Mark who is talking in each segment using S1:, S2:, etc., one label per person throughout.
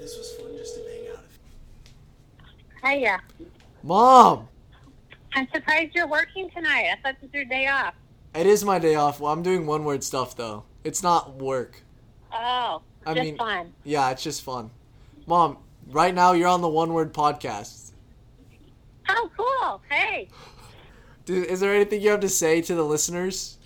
S1: This was fun just to bang out.
S2: Hiya.
S3: Mom,
S2: uh, I'm surprised you're working tonight. I thought this was your day off.
S3: it is my day off. Well, I'm doing one word stuff though. It's not work.
S2: Oh,
S3: I
S2: just
S3: mean-
S2: fun.
S3: Yeah, it's just fun. Mom, right now you're on the one word podcast.
S2: Oh, cool. Hey.
S3: Dude, is there anything you have to say to the listeners?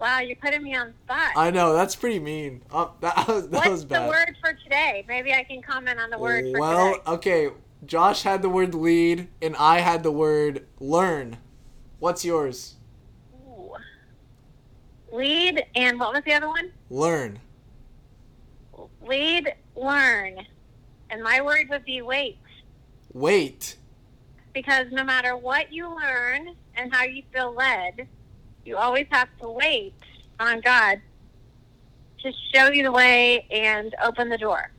S2: Wow, you're putting me on the spot.
S3: I know that's pretty mean. Uh, that was, that
S2: What's
S3: was bad.
S2: the word for today? Maybe I can comment on the word for
S3: well,
S2: today.
S3: okay. Josh had the word lead, and I had the word learn. What's yours?
S2: Ooh. Lead and what was the other one?
S3: Learn.
S2: Lead, learn. And my word would be wait.
S3: Wait.
S2: Because no matter what you learn and how you feel led, you always have to wait on God to show you the way and open the door.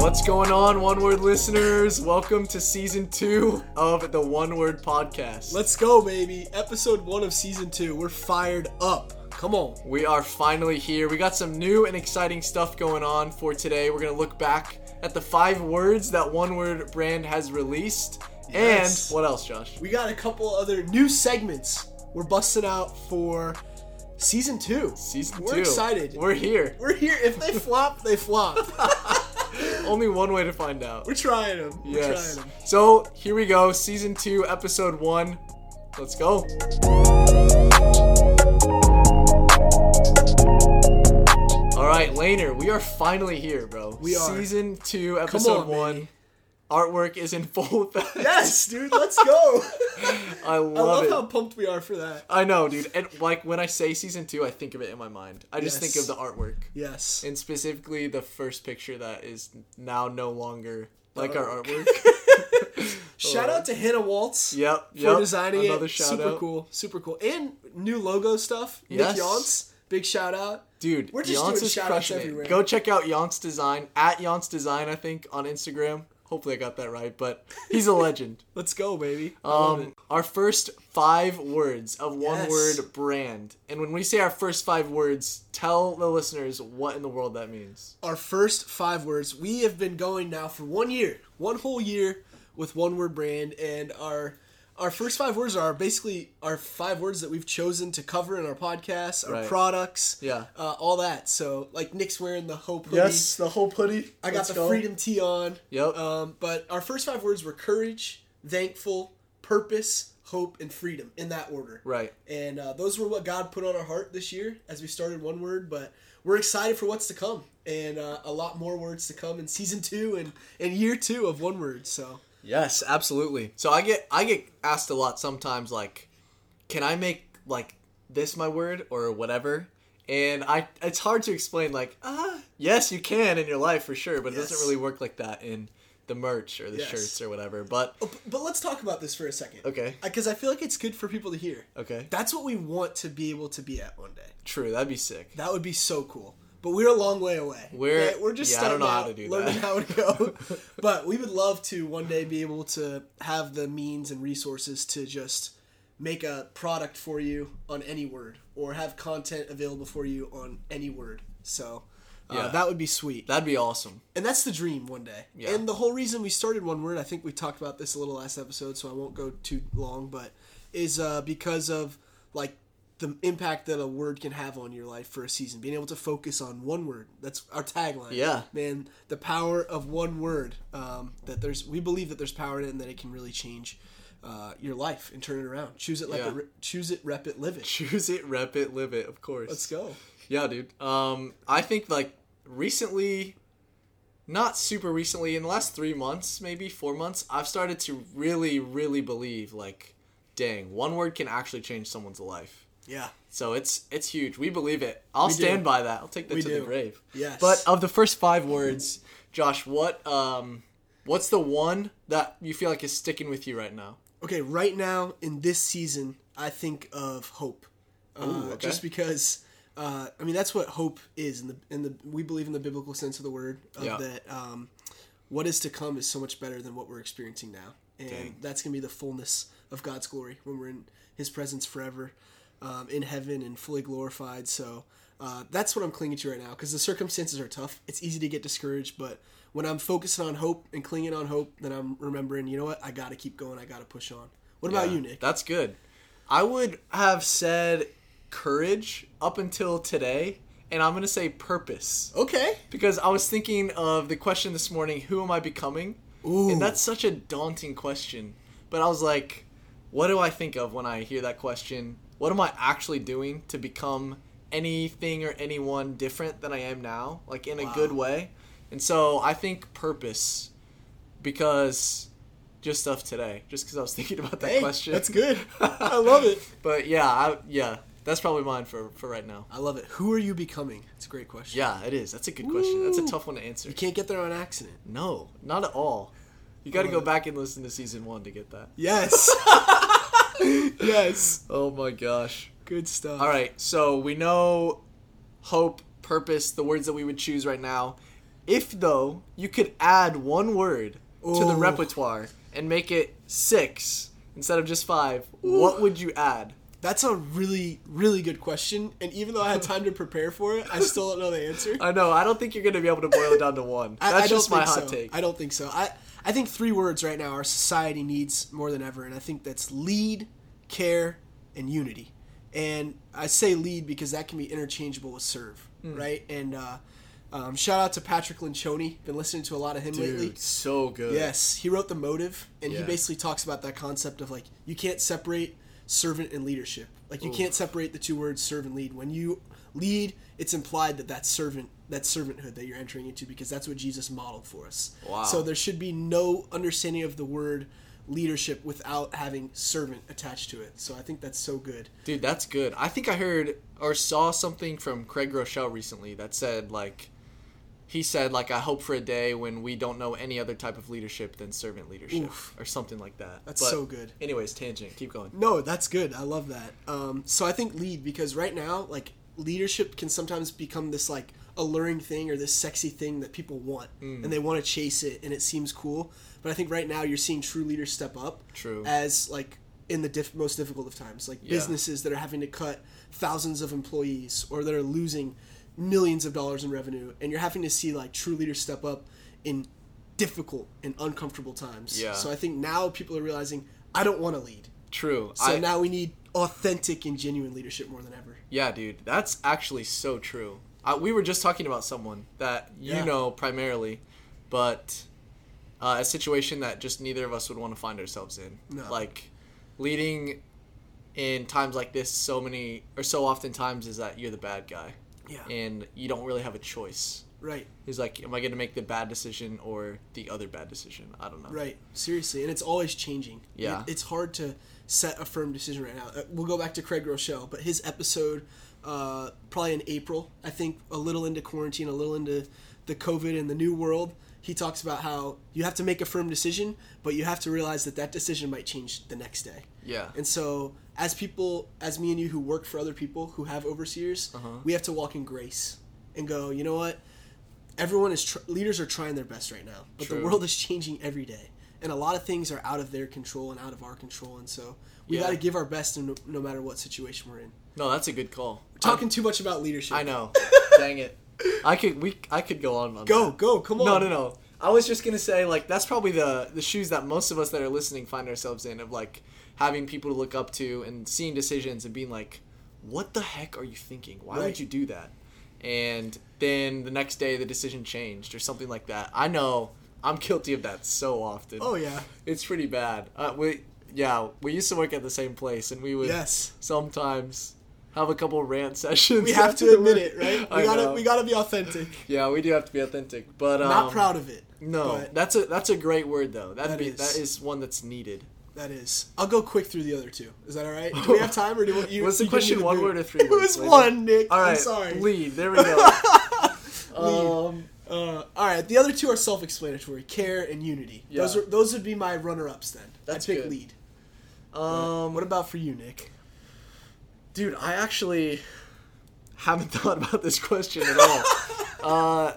S3: What's going on, One Word listeners? Welcome to season two of the One Word Podcast.
S1: Let's go, baby. Episode one of season two. We're fired up. Come on.
S3: We are finally here. We got some new and exciting stuff going on for today. We're going to look back at the five words that One Word brand has released.
S1: Yes.
S3: And what else, Josh?
S1: We got a couple other new segments we're busting out for season two.
S3: Season
S1: we're
S3: two.
S1: excited.
S3: We're here.
S1: We're here. If they flop, they flop.
S3: Only one way to find out.
S1: we're trying them. We're
S3: Yes.
S1: trying them.
S3: So here we go, season two, episode one. Let's go. All right, Laner, we are finally here, bro.
S1: We are.
S3: Season two,
S1: Come
S3: episode
S1: on,
S3: one.
S1: baby.
S3: Artwork is in full effect.
S1: Yes, dude. Let's go.
S3: I
S1: I
S3: love,
S1: love
S3: it.
S1: how pumped we are for that.
S3: I know, dude. And like when I say season two, I think of it in my mind. I just
S1: Yes.
S3: think of the artwork,
S1: Yes.
S3: and specifically the first picture that is now no longer like our artwork.
S1: Shout out to Hannah Waltz.
S3: yep,
S1: for
S3: yep.
S1: designing
S3: Another
S1: it.
S3: shout
S1: super
S3: out.
S1: cool, super cool, and new logo stuff.
S3: Yes.
S1: Nick Yance, big shout out.
S3: Dude,
S1: We're just
S3: Yance
S1: doing
S3: is
S1: shout-outs
S3: crushing it.
S1: everywhere.
S3: Go check out Yance Design at Yance Design, I think, on Instagram. Hopefully, I got that right, but he's a legend.
S1: Let's go, baby. I love
S3: Um,
S1: it.
S3: our first five words of one
S1: Yes.
S3: word brand, and when we say our first five words, tell the listeners what in the world that means.
S1: Our first five words. We have been going now for one year, one whole year with one word brand, and our our first five words are basically our five words that we've chosen to cover in our podcast, our
S3: Right.
S1: products,
S3: Yeah.
S1: uh, all that. So like Nick's wearing the hope hoodie.
S3: the whole putty.
S1: I got the freedom tee on.
S3: Yep.
S1: Um, but our first five words were courage, thankful, purpose, hope, and freedom in that order.
S3: Right.
S1: And uh, those were what God put on our heart this year as we started one word. But we're excited for what's to come and uh, a lot more words to come in season two and, and year two of one word. So
S3: Yes, absolutely. So I get I get asked a lot sometimes like can I make like this my word or whatever? And I it's hard to explain like ah yes you can in your life for sure, but it
S1: Yes.
S3: doesn't really work like that in the merch or the
S1: Yes.
S3: shirts or whatever. But
S1: Oh, b- but let's talk about this for a second.
S3: okay.
S1: Because I feel like it's good for people to hear.
S3: Okay.
S1: That's what we want to be able to be at one day.
S3: True, that'd be sick.
S1: That would be so cool. But we're a long way away.
S3: We're-
S1: Okay, we're just
S3: yeah, I don't
S1: starting
S3: know how
S1: out,
S3: to do
S1: learning
S3: that.
S1: how it goes. but we would love to one day be able to have the means and resources to just make a product for you on any word, or have content available for you on any word. So uh,
S3: Yeah.
S1: that would be sweet
S3: That'd be awesome.
S1: and that's the dream one day.
S3: Yeah.
S1: And the whole reason we started One Word, I think we talked about this a little last episode, so I won't go too long, but is uh, because of like the impact that a word can have on your life for a season. Being able to focus on one word. That's our tagline.
S3: Yeah.
S1: Man, the power of one word. Um, that there's we believe that there's power in it and that it can really change uh, your life and turn it around. Choose it, rep
S3: Yeah.
S1: it, re- choose it, rep it, live it.
S3: Choose it, rep it, live it, of course.
S1: Let's go.
S3: Yeah, dude. Um, I think like recently, not super recently, in the last three months, maybe four months, I've started to really, really believe like, dang, one word can actually change someone's life.
S1: Yeah.
S3: So it's it's huge. We believe it. I'll
S1: do.
S3: stand by that. I'll take that
S1: We
S3: to
S1: do.
S3: the grave.
S1: Yes.
S3: But of the first five words, Josh, what um, what's the one that you feel like is sticking with you right now?
S1: Okay, right now in this season, I think of hope, uh,
S3: okay.
S1: just because. Uh, I mean, that's what hope is in the in the we believe in the biblical sense of the word of
S3: Yeah.
S1: that. Um, what is to come is so much better than what we're experiencing now, and
S3: Dang.
S1: that's gonna be the fullness of God's glory when we're in His presence forever. um, in heaven and fully glorified. So uh, that's what I'm clinging to right now because the circumstances are tough. It's easy to get discouraged, but when I'm focusing on hope and clinging on hope, then I'm remembering, you know what? I got to keep going. I got to push on. What about
S3: Yeah,
S1: you, Nick?
S3: That's good. I would have said courage up until today, and I'm going to say purpose.
S1: okay.
S3: Because I was thinking of the question this morning who am I becoming?
S1: Ooh.
S3: And that's such a daunting question. But I was like, what do I think of when I hear that question? What am I actually doing to become anything or anyone different than I am now? Like in a
S1: Wow.
S3: good way? And so I think purpose because just stuff today, just because I was thinking about that
S1: Hey,
S3: question.
S1: that's good. I love it.
S3: But yeah, I, yeah, that's probably mine for, for right now.
S1: I love it. Who are you becoming? It's a great question.
S3: Yeah, it is. That's a good question. That's a
S1: Woo.
S3: tough one to answer.
S1: You can't get there on accident.
S3: No, not at all. You got to
S1: Oh,
S3: go
S1: yeah.
S3: back and listen to season one to get that.
S1: Yes. yes.
S3: Oh my gosh.
S1: Good stuff.
S3: All right, so we know hope, purpose, the words that we would choose right now. If, though, you could add one word to the
S1: Ooh.
S3: repertoire and make it six instead of just five, what would you add?
S1: That's a really, really good question. And even though I had time to prepare for it, I still don't know the answer.
S3: I know, I don't think you're going to be able to boil it down to one.
S1: I,
S3: That's
S1: I don't
S3: just my
S1: think
S3: hot
S1: so.
S3: take.
S1: I don't think so. I, I think three words right now our society needs more than ever, and I think that's lead, care, and unity. And I say lead because that can be interchangeable with serve,
S3: Hmm.
S1: right? And uh, um, shout out to Patrick Lynchoni. Been listening to a lot of him lately.
S3: Dude, so good.
S1: Yes, he wrote the motive, and he
S3: Yeah.
S1: basically talks about that concept of like you can't separate servant and leadership. Like you can't separate the two words serve and lead. When you lead, it's implied that that's servant, that servanthood that you're entering into, because that's what Jesus modeled for us.
S3: Wow.
S1: So there should be no understanding of the word leadership without having servant attached to it. So I think that's so good.
S3: Dude, that's good. I think I heard or saw something from Craig Rochelle recently that said like he said like I hope for a day when we don't know any other type of leadership than servant leadership
S1: Oof.
S3: or something like that.
S1: That's so good.
S3: Anyways, tangent. Keep going.
S1: No, that's good. I love that. Um, so I think lead because right now, like leadership can sometimes become this like alluring thing or this sexy thing that people want,
S3: Hmm.
S1: and they want to chase it, and it seems cool. But I think right now you're seeing true leaders step up.
S3: True.
S1: As like in the diff- most difficult of times, like
S3: Yeah.
S1: businesses that are having to cut thousands of employees or that are losing millions of dollars in revenue, and you're having to see like true leaders step up in difficult and uncomfortable times.
S3: Yeah.
S1: So I think now people are realizing I don't want to lead.
S3: True.
S1: So
S3: I,
S1: now we need authentic and genuine leadership more than ever.
S3: yeah, dude, that's actually so true. I, we were just talking about someone that you
S1: Yeah.
S3: know primarily, but uh, a situation that just neither of us would want to find ourselves in.
S1: No.
S3: Like leading in times like this, so many or so often times is that you're the bad guy.
S1: Yeah.
S3: and you don't really have a choice.
S1: Right,
S3: It's like, am I going to make the bad decision or the other bad decision? I don't know.
S1: right. Seriously, and it's always changing.
S3: Yeah.
S1: It- it's hard to set a firm decision right now. Uh, We'll go back to Craig Rochelle, but his episode, uh, probably in April, I think, a little into quarantine, a little into the COVID and the new world. He talks about how you have to make a firm decision, but you have to realize that that decision might change the next day.
S3: Yeah.
S1: And so, as people, as me and you who work for other people who have overseers,
S3: Uh-huh.
S1: we have to walk in grace and go, you know what? Everyone is, tr- leaders are trying their best right now, but
S3: True.
S1: the world is changing every day. And a lot of things are out of their control and out of our control. And so, we
S3: Yeah.
S1: got to give our best no, no matter what situation we're in.
S3: No, that's a good call.
S1: Talking too much about leadership.
S3: I, I know. Dang it. I could we I could go on. on
S1: Go,
S3: that.
S1: go, come on.
S3: No, no, no. I was just gonna say like that's probably the the shoes that most of us that are listening find ourselves in of like having people to look up to and seeing decisions and being like, what the heck are you thinking? Why
S1: Right.
S3: would you do that? And then the next day the decision changed or something like that. I know I'm guilty of that so often.
S1: Oh, yeah.
S3: it's pretty bad. Uh, we yeah we used to work at the same place and we would
S1: Yes.
S3: sometimes have a couple rant sessions.
S1: We have to
S3: after
S1: admit
S3: work.
S1: it, right?
S3: I
S1: We got to
S3: know.
S1: we gotta be authentic.
S3: Yeah, we do have to be authentic, but um,
S1: Not proud of it.
S3: No,
S1: but-
S3: that's a that's a great word though. That'd
S1: That
S3: be
S1: is.
S3: that is one that's needed.
S1: That is. I'll go quick through the other two. Is that all right? Do we have time, or do we, you?
S3: Was the
S1: you give me
S3: question one
S1: boot?
S3: word or three
S1: It was
S3: words, lady?
S1: one, Nick.
S3: All
S1: I'm
S3: right,
S1: sorry.
S3: lead. There we go. um,
S1: Uh, all right. The other two are self-explanatory: care and unity.
S3: Yeah.
S1: Those are, those would be my runner-ups then.
S3: That's
S1: I pick
S3: good.
S1: lead.
S3: um,
S1: What about for you, Nick?
S3: dude, I actually haven't thought about this question at all. uh,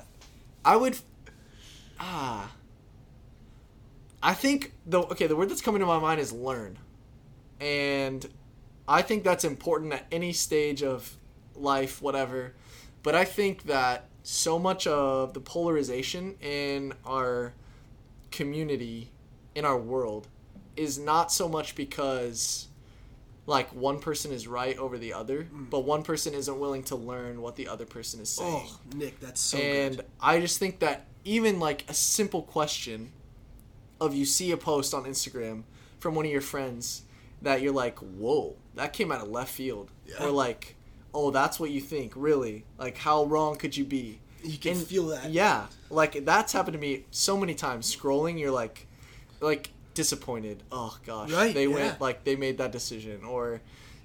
S3: I would, ah, I think the okay. The word that's coming to my mind is learn, and I think that's important at any stage of life, whatever. But I think that so much of the polarization in our community, in our world, is not so much because like one person is right over the other, but one person isn't willing to learn what the other person is saying
S1: Oh, Nick, that's so
S3: and
S1: good.
S3: I just think that even like a simple question of you see a post on Instagram from one of your friends that you're like, whoa, that came out of left field,
S1: Yeah.
S3: or like, oh, that's what you think, really? Like, how wrong could you be?
S1: You can feel that.
S3: Yeah, like that's happened to me so many times. Scrolling, you're like, like disappointed. Oh gosh,
S1: Right,
S3: They
S1: yeah.
S3: went like they made that decision, or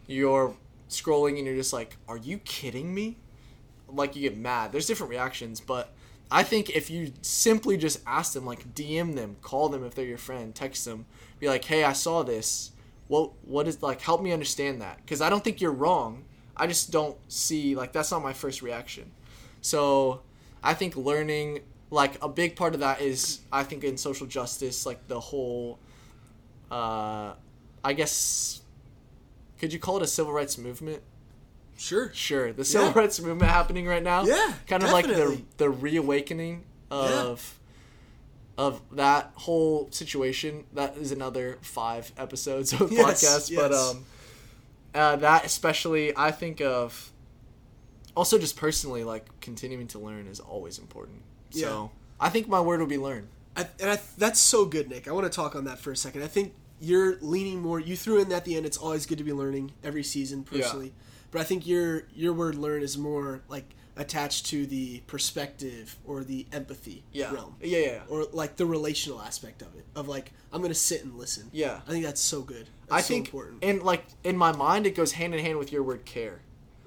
S3: you're scrolling and you're just like, are you kidding me? Like you get mad. There's different reactions, but I think if you simply just ask them, like DM them, call them if they're your friend, text them, be like, hey, I saw this. What what is like? Help me understand that because I don't think you're wrong. I just don't see like that's not my first reaction. So I think learning like a big part of that is I think in social justice like the whole uh I guess could you call it a civil rights movement?
S1: Sure.
S3: Sure, the civil
S1: Yeah.
S3: rights movement happening right now.
S1: Yeah,
S3: kind of like
S1: definitely.
S3: the the reawakening of of that whole situation. That is another five episodes of the
S1: Yes,
S3: podcast, but
S1: yes.
S3: um, uh, that especially I think of. Also, just personally, like continuing to learn is always important. So I think my word would be learn.
S1: I, and I, that's so good, Nick. I want to talk on that for a second. I think you're leaning more. You threw in at the end. It's always good to be learning every season, personally. But I think your your word "learn" is more like attached to the perspective or the empathy
S3: Yeah.
S1: realm,
S3: Yeah, yeah. yeah.
S1: or like the relational aspect of it. Of like, I'm gonna sit and listen.
S3: Yeah.
S1: I think that's so good. That's
S3: I
S1: so
S3: think,
S1: important.
S3: and like in my mind, it goes hand in hand with your word care.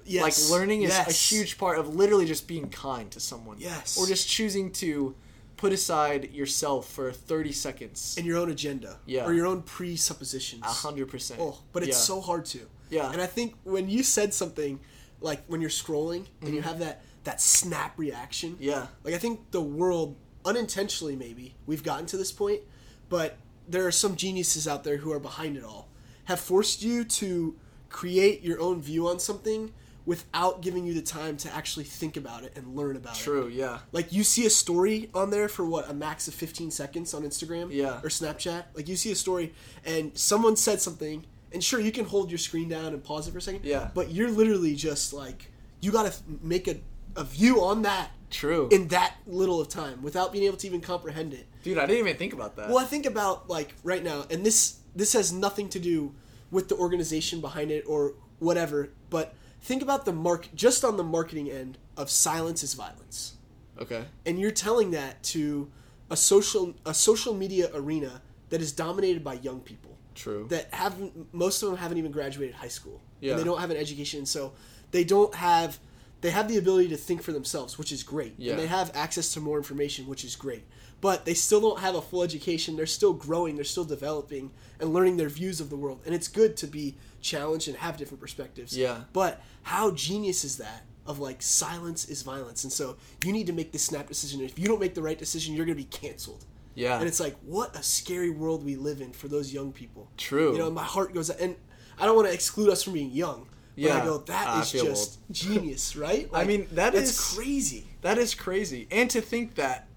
S1: Yes.
S3: Like learning is a
S1: Yes.
S3: huge part of literally just being kind to someone.
S1: Yes.
S3: Or just choosing to put aside yourself for 30 seconds.
S1: and your own agenda.
S3: Yeah. Uh-huh.
S1: Or your own presuppositions.
S3: A 100%.
S1: Oh, but it's
S3: Yeah.
S1: so hard to.
S3: Yeah.
S1: And I think when you said something, like when you're scrolling and you have that that snap reaction.
S3: Mm-hmm. Yeah.
S1: Like I think the world unintentionally maybe we've gotten to this point, but there are some geniuses out there who are behind it all. Have forced you to create your own view on something without giving you the time to actually think about it and learn about it.
S3: True, yeah.
S1: Like you see a story on there for what a max of 15 seconds on Instagram
S3: Yeah.
S1: or Snapchat. Like you see a story and someone said something and sure you can hold your screen down and pause it for a second.
S3: Yeah.
S1: But you're literally just like you got to make a, a view on that
S3: True.
S1: in that little of time without being able to even comprehend it.
S3: Dude, I didn't even think about that.
S1: Well, I think about like right now and this this has nothing to do with the organization behind it or whatever, but think about the mark just on the marketing end of silence is violence
S3: Okay.
S1: and you're telling that to a social a social media arena that is dominated by young people
S3: True.
S1: that haven't most of them haven't even graduated high school
S3: Yeah.
S1: and they don't have an education so they don't have they have the ability to think for themselves which is great
S3: Yeah.
S1: and they have access to more information which is great but they still don't have a full education they're still growing they're still developing and learning their views of the world and it's good to be challenged and have different perspectives
S3: Yeah.
S1: but how genius is that of like silence is violence and so you need to make this snap decision if you don't make the right decision you're going to be canceled
S3: yeah.
S1: and it's like, what a scary world we live in for those young people.
S3: True.
S1: You know, my heart goes, and I don't want to exclude us from being young. But I
S3: Yeah.
S1: go, that
S3: Ah, I
S1: is
S3: feel
S1: just genius, right?
S3: I mean, that
S1: that's
S3: is-
S1: crazy.
S3: That is crazy. And to think that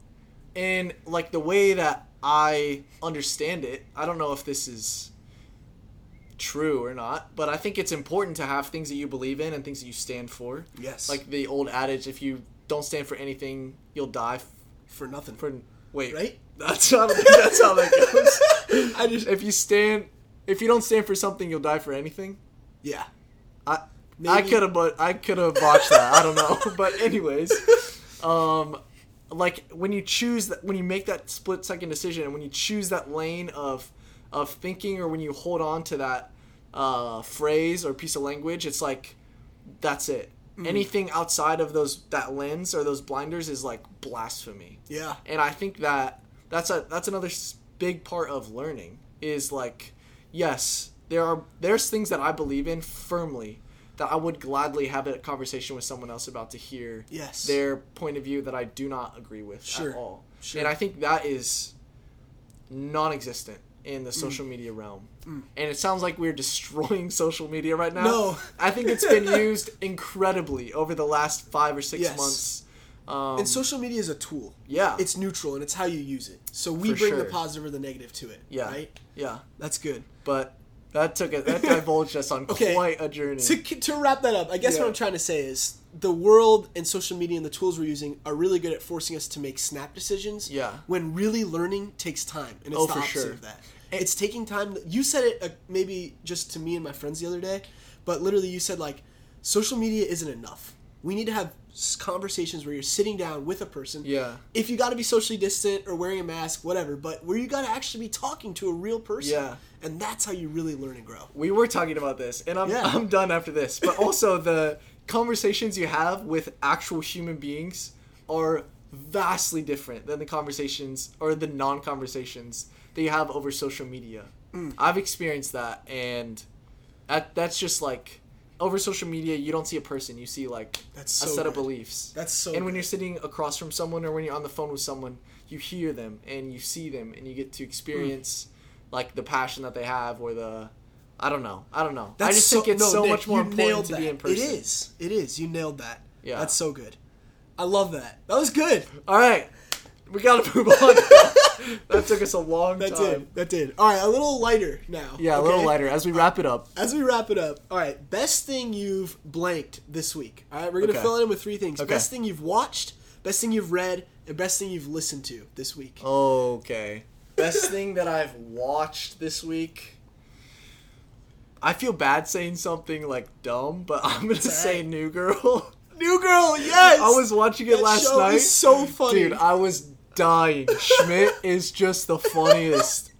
S3: in like the way that I understand it, I don't know if this is true or not, but I think it's important to have things that you believe in and things that you stand for.
S1: Yes.
S3: Like the old adage if you don't stand for anything, you'll die f-
S1: For nothing.
S3: for Oh wait.
S1: right?
S3: That's I don't think that's how that goes.
S1: I just,
S3: if you stand if you don't stand for something, you'll die for anything.
S1: yeah.
S3: I I
S1: Maybe-
S3: could have but I could have botched that. I don't know. But anyways, um like when you choose that when you make that split second decision and when you choose that lane of of thinking or when you hold on to that uh, phrase or piece of language, it's like that's it. Anything outside of those that lens or those blinders is like blasphemy
S1: Yeah.
S3: and I think that that's a that's another s- big part of learning is like yes there are there's things that I believe in firmly that I would gladly have a conversation with someone else about to hear
S1: Yes.
S3: their point of view that I do not agree with
S1: Sure.
S3: at all
S1: Sure.
S3: and I think that is non-existent in the
S1: Mm.
S3: social media realm. And it sounds like we're destroying social media right now.
S1: No.
S3: I think it's been used incredibly over the last five or six
S1: Yes.
S3: months.
S1: and social media is a tool.
S3: Um, Yeah.
S1: It's neutral and it's how you use it. So we
S3: For
S1: bring the
S3: sure.
S1: positive or the negative to it.
S3: Yeah.
S1: Right?
S3: Yeah.
S1: That's good.
S3: But that took it that divulged us on
S1: Okay.
S3: quite a journey.
S1: To, to wrap that up, I guess
S3: Yeah.
S1: what I'm trying to say is the world and social media and the tools we're using are really good at forcing us to make snap decisions.
S3: Yeah.
S1: When really learning takes time, and it's
S3: Oh,
S1: the
S3: for
S1: opposite
S3: sure.
S1: of that. it's taking time. You said it uh, maybe just to me and my friends the other day, but literally you said like, social media isn't enough. We need to have s- conversations where you're sitting down with a person.
S3: Yeah.
S1: If you got to be socially distant or wearing a mask, whatever, but where you got to actually be talking to a real person.
S3: Yeah.
S1: And that's how you really learn and grow.
S3: we were talking about this, and I'm
S1: Yeah.
S3: I'm done after this. But also the conversations you have with actual human beings are vastly different than the conversations or the non-conversations that you have over social media.
S1: Mm.
S3: I've experienced that, and that that's just like over social media, you don't see a person, you see like
S1: That's
S3: a
S1: so
S3: set of
S1: good.
S3: beliefs.
S1: That's so
S3: And when
S1: good.
S3: you're sitting across from someone or when you're on the phone with someone, you hear them and you see them and you get to experience
S1: Mm.
S3: like the passion that they have or the I don't know. I don't know. I just think it's
S1: no,
S3: so
S1: Nick,
S3: much more
S1: you
S3: important
S1: nailed
S3: to be
S1: that.
S3: in person.
S1: It is. It is. You nailed that.
S3: Yeah.
S1: That's so good. I love that. That was good.
S3: All right. We got to move on. that took us a long
S1: That
S3: time.
S1: did. That did. All right, a little lighter now.
S3: Yeah, a little
S1: okay?
S3: lighter as we wrap it up.
S1: As we wrap it up, all right, best thing you've blanked this week. All right, we're going to
S3: Okay.
S1: fill it in with three things.
S3: Okay.
S1: Best thing you've watched, best thing you've read, and best thing you've listened to this week.
S3: Okay. Best thing that I've watched this week. I feel bad saying something like dumb, but I'm gonna say
S1: alright.
S3: New Girl.
S1: New Girl, yes!
S3: I was watching it
S1: That
S3: last
S1: show
S3: night.
S1: is so funny.
S3: dude. I was dying. Schmidt is just the funniest.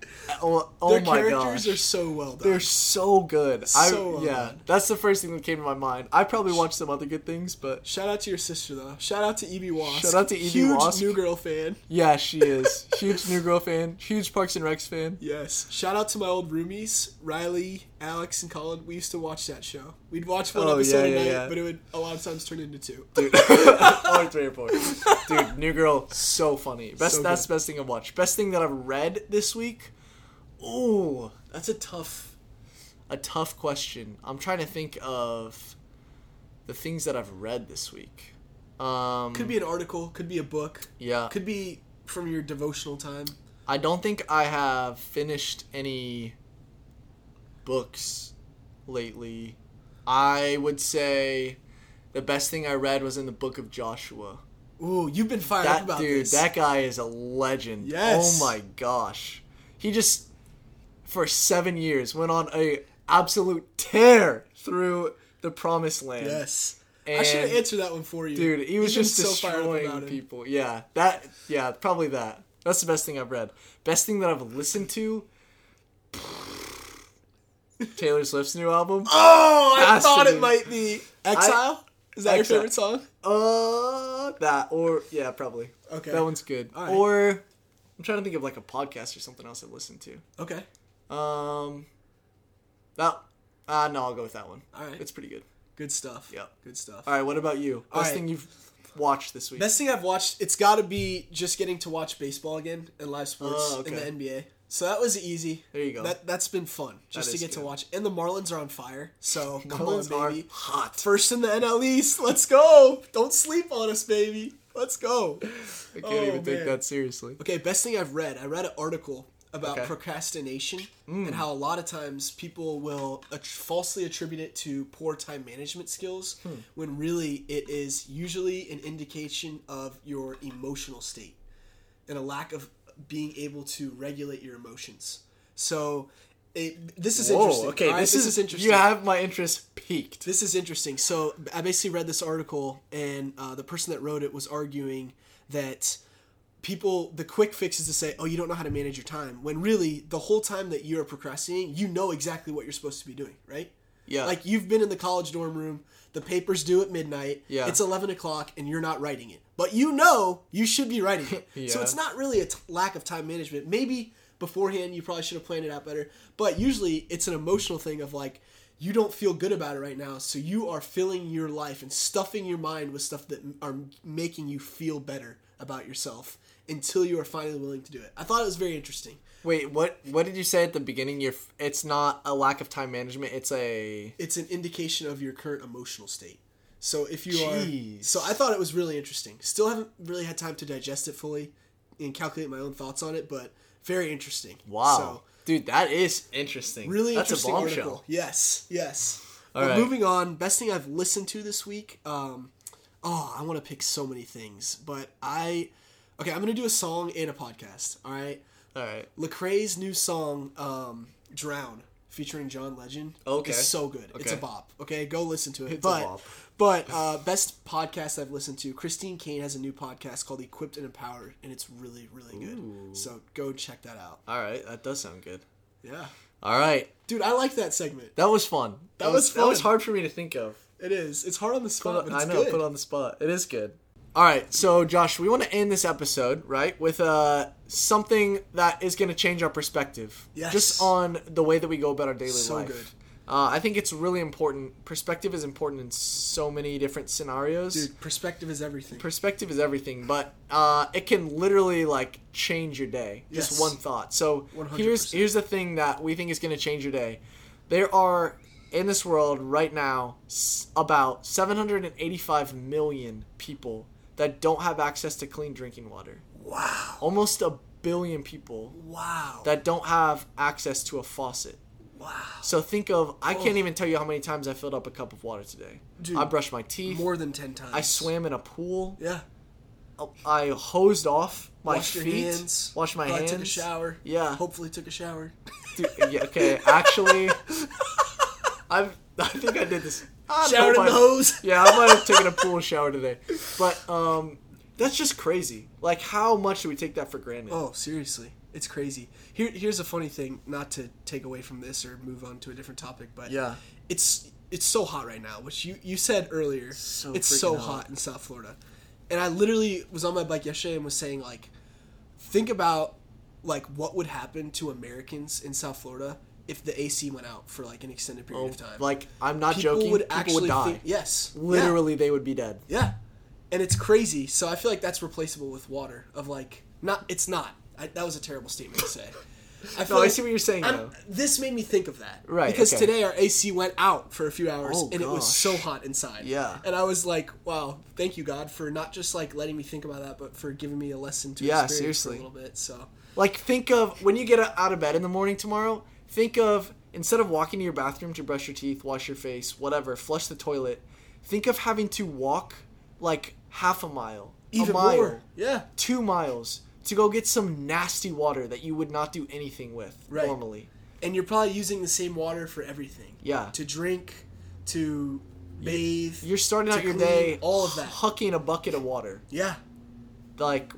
S3: Oh, oh
S1: Their
S3: my
S1: characters
S3: gosh,
S1: are so well done.
S3: they're so good.
S1: So
S3: I
S1: well
S3: yeah,
S1: done.
S3: that's the first thing that came to my mind. I probably watched some other good things, but
S1: Shout out to your sister, though. Shout out to E.B. Wask.
S3: Shout out to E.B.
S1: Huge
S3: Wask.
S1: New Girl fan.
S3: yeah, she is huge New Girl fan, huge Parks and Recs fan.
S1: Yes. Shout out to my old roomies, Riley, Alex, and Colin. We used to watch that show. We'd watch one
S3: Oh,
S1: episode
S3: yeah,
S1: a
S3: yeah,
S1: night,
S3: yeah.
S1: but it would a lot of times turn into two.
S3: dude. or three or four. Dude, New Girl, so funny. Best
S1: So
S3: that's
S1: good.
S3: the best thing I've watched. Best thing that I've read this week. Ooh, that's a tough a tough question. I'm trying to think of the things that I've read this week. Um
S1: Could be an article, could be a book,
S3: yeah.
S1: could be from your devotional time.
S3: I don't think I have finished any books lately. I would say the best thing I read was in the book of Joshua.
S1: Ooh, you've been fired up
S3: that
S1: about
S3: dude,
S1: this.
S3: that guy is a legend.
S1: Yes.
S3: Oh my gosh. He just for seven years went on a absolute tear through the promised land.
S1: yes. I
S3: And-
S1: should have answered that one for you.
S3: Dude, he was
S1: You've been
S3: just
S1: fired up
S3: destroying
S1: about him.
S3: people. Yeah. That yeah, probably that. That's the best thing I've read. Best thing that I've listened to Taylor Swift's new album.
S1: Oh, I
S3: Has to
S1: thought
S3: be.
S1: it might be Exile. Is that
S3: Exile.
S1: your favorite song?
S3: Uh, that or yeah, probably.
S1: Okay.
S3: That one's good.
S1: All right.
S3: Or I'm trying to think of like a podcast or something else I've listened to.
S1: Okay.
S3: Um, that uh, no, I'll go with that one.
S1: All right.
S3: it's pretty good.
S1: Good stuff.
S3: Yep.
S1: Good stuff.
S3: All right, what about you? Best
S1: All right.
S3: thing you've watched this week?
S1: Best thing I've watched, it's got to be just getting to watch baseball again and live sports
S3: Oh, okay.
S1: in the NBA. So that was easy.
S3: There you go.
S1: That that's been fun just to
S3: is
S1: get to
S3: good.
S1: watch. And the Marlins are on fire. So come on,
S3: Marlins are
S1: baby.
S3: hot.
S1: First in the NL East. Let's go. Don't sleep on us, baby. Let's go.
S3: I can't even
S1: oh,
S3: take
S1: man.
S3: that seriously.
S1: Okay, best thing I've read. I read an article about
S3: Okay. Mm.
S1: procrastination and how a lot of times people will at- falsely attribute it to poor time management skills
S3: Hmm.
S1: when really it is usually an indication of your emotional state and a lack of being able to regulate your emotions. So, it, this is interesting.
S3: okay,
S1: alright?
S3: this, is, interesting. You have my interest peaked.
S1: This is interesting. So I basically read this article, and uh, the person that wrote it was arguing that people, the quick fix is to say, oh, you don't know how to manage your time, when really the whole time that you're procrastinating, you know exactly what you're supposed to be doing, right?
S3: Yeah,
S1: Like you've been in the college dorm room, the papers due at midnight,
S3: Yeah.
S1: it's 11 o'clock, and you're not writing it. But you know you should be writing it. So
S3: Yeah.
S1: it's not really a t- lack of time management. Maybe beforehand you probably should have planned it out better, but usually it's an emotional thing of like, you don't feel good about it right now, so you are filling your life and stuffing your mind with stuff that m- are making you feel better about yourself until you are finally willing to do it. I thought it was very interesting.
S3: Wait, what? What did you say at the beginning? Your f- it's not a lack of time management. It's a
S1: It's an indication of your current emotional state. So if you are,
S3: Jeez.
S1: so I thought it was really interesting. Still haven't really had time to digest it fully and calculate my own thoughts on it, but very interesting.
S3: wow,
S1: So
S3: dude. That is interesting.
S1: really
S3: That's
S1: interesting
S3: a bombshell.
S1: article. Yes, yes.
S3: All
S1: but
S3: right.
S1: moving on, best thing I've listened to this week. Um, oh, I want to pick so many things, but I okay. I'm gonna do a song and a podcast. All right,
S3: All right.
S1: Lecrae's new song um, "Drown" featuring John Legend.
S3: Okay.
S1: is so good. It's a
S3: Okay.
S1: bop. Okay, go listen to it.
S3: It's a
S1: but
S3: bop.
S1: but uh, best podcast I've listened to. Christine Kane has a new podcast called "Equipped and Empowered," and it's really really good. So go check that out.
S3: All right. That does sound good.
S1: Yeah,
S3: All right.
S1: dude, I like that segment.
S3: That was fun.
S1: That was
S3: That was
S1: fun.
S3: hard for me to think of.
S1: It is. It's hard on the
S3: Put
S1: spot,
S3: on-
S1: but it's
S3: I know,
S1: good.
S3: put on the spot. It is good. All right, so Josh, we want to end this episode right with uh, something that is going to change our perspective,
S1: Yes.
S3: just on the way that we go about our daily
S1: So
S3: life.
S1: good.
S3: Uh, I think it's really important. Perspective is important in so many different scenarios.
S1: Dude, perspective is everything.
S3: Perspective is everything, but uh, it can literally like change your day. Just
S1: Yes.
S3: one thought. So here's
S1: 100%.
S3: here's the thing that we think is going to change your day. There are in this world right now s- about 785 million people that don't have access to clean drinking water.
S1: wow.
S3: Almost a billion people
S1: Wow.
S3: that don't have access to a faucet.
S1: wow.
S3: So think of I can't
S1: Oh.
S3: even tell you how many times I filled up a cup of water today.
S1: Dude,
S3: I brushed my teeth.
S1: More than 10 times.
S3: I swam in a pool.
S1: Yeah.
S3: I hosed off my
S1: Washed
S3: feet.
S1: your hands.
S3: Washed my
S1: Probably
S3: hands.
S1: took a shower.
S3: Yeah.
S1: Hopefully took a shower.
S3: Dude, yeah, okay. Actually, I've. I think I did this. I
S1: Showered
S3: hope
S1: in the
S3: I-
S1: hose.
S3: Yeah, I might have taken a pool shower today, but um, that's just crazy. Like, how much do we take that for granted?
S1: Oh, seriously. It's crazy. Here, here's a funny thing, not to take away from this or move on to a different topic, but
S3: Yeah.
S1: it's it's so hot right now, which you, you said earlier.
S3: So
S1: it's
S3: freaking
S1: so
S3: hot.
S1: hot in South Florida. And I literally was on my bike yesterday and was saying like think about like what would happen to Americans in South Florida if the AC went out for like an extended period of time.
S3: Oh, Like, I'm not joking. people would die.
S1: think yes. yeah.
S3: Literally, they would be dead.
S1: Yeah. And it's crazy. So I feel like that's replaceable with water. Of like, not. It's not. I, that was a terrible statement to say. I feel
S3: No, I see what you're saying,
S1: I'm-
S3: though.
S1: This made me think of that.
S3: Right,
S1: Because
S3: okay.
S1: today our AC went out for a few hours
S3: Oh,
S1: and it was
S3: gosh.
S1: so hot inside.
S3: Yeah.
S1: And I was like, wow, thank you God for not just like letting me think about that, but for giving me a lesson to
S3: Yeah,
S1: experience
S3: seriously.
S1: for a little bit. So
S3: Like, think of when you get out of bed in the morning tomorrow, think of instead of walking to your bathroom to brush your teeth, wash your face, whatever, flush the toilet, think of having to walk like half a mile, a
S1: even
S3: mile,
S1: more. Yeah.
S3: two miles to go get some nasty water that you would not do anything with
S1: Right.
S3: normally.
S1: And you're probably using the same water for everything.
S3: Yeah.
S1: To drink, to bathe.
S3: You're starting
S1: to
S3: out your
S1: clean,
S3: day
S1: All of that.
S3: hucking a bucket of water.
S1: Yeah.
S3: Like,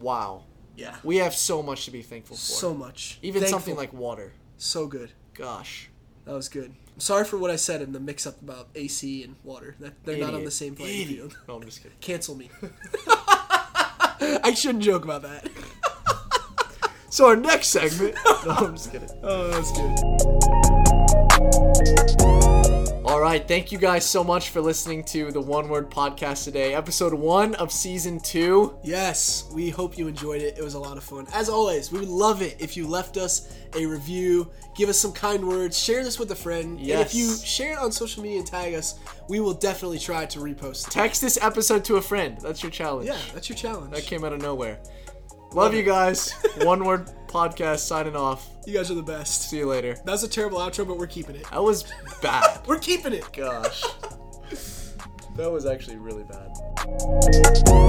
S3: wow.
S1: Yeah.
S3: We have so much to be thankful for.
S1: so much.
S3: Even
S1: Thankful.
S3: something like water.
S1: so good.
S3: Gosh.
S1: That was good. I'm sorry for what I said in the mix-up about AC and water. That they're not on
S3: Idiot.
S1: the same playing
S3: Idiot.
S1: field.
S3: No, I'm just kidding.
S1: Cancel me. I shouldn't joke about that.
S3: So our next segment. no, I'm just kidding.
S1: Oh, that's good.
S3: All right, thank you guys so much for listening to the One Word Podcast today, episode one of season two.
S1: Yes, we hope you enjoyed it. It was a lot of fun. As always, we would love it if you left us a review, give us some kind words, share this with a friend. And if
S3: Yes.
S1: you share it on social media and tag us, we will definitely try to repost. it.
S3: Text this episode to a friend. That's your challenge.
S1: Yeah, that's your challenge.
S3: That came out of nowhere. Love you guys. One Word Podcast signing off.
S1: You guys are the best.
S3: See you later.
S1: That was a terrible outro, but we're keeping it.
S3: That was bad.
S1: We're keeping it.
S3: Gosh. That was actually really bad.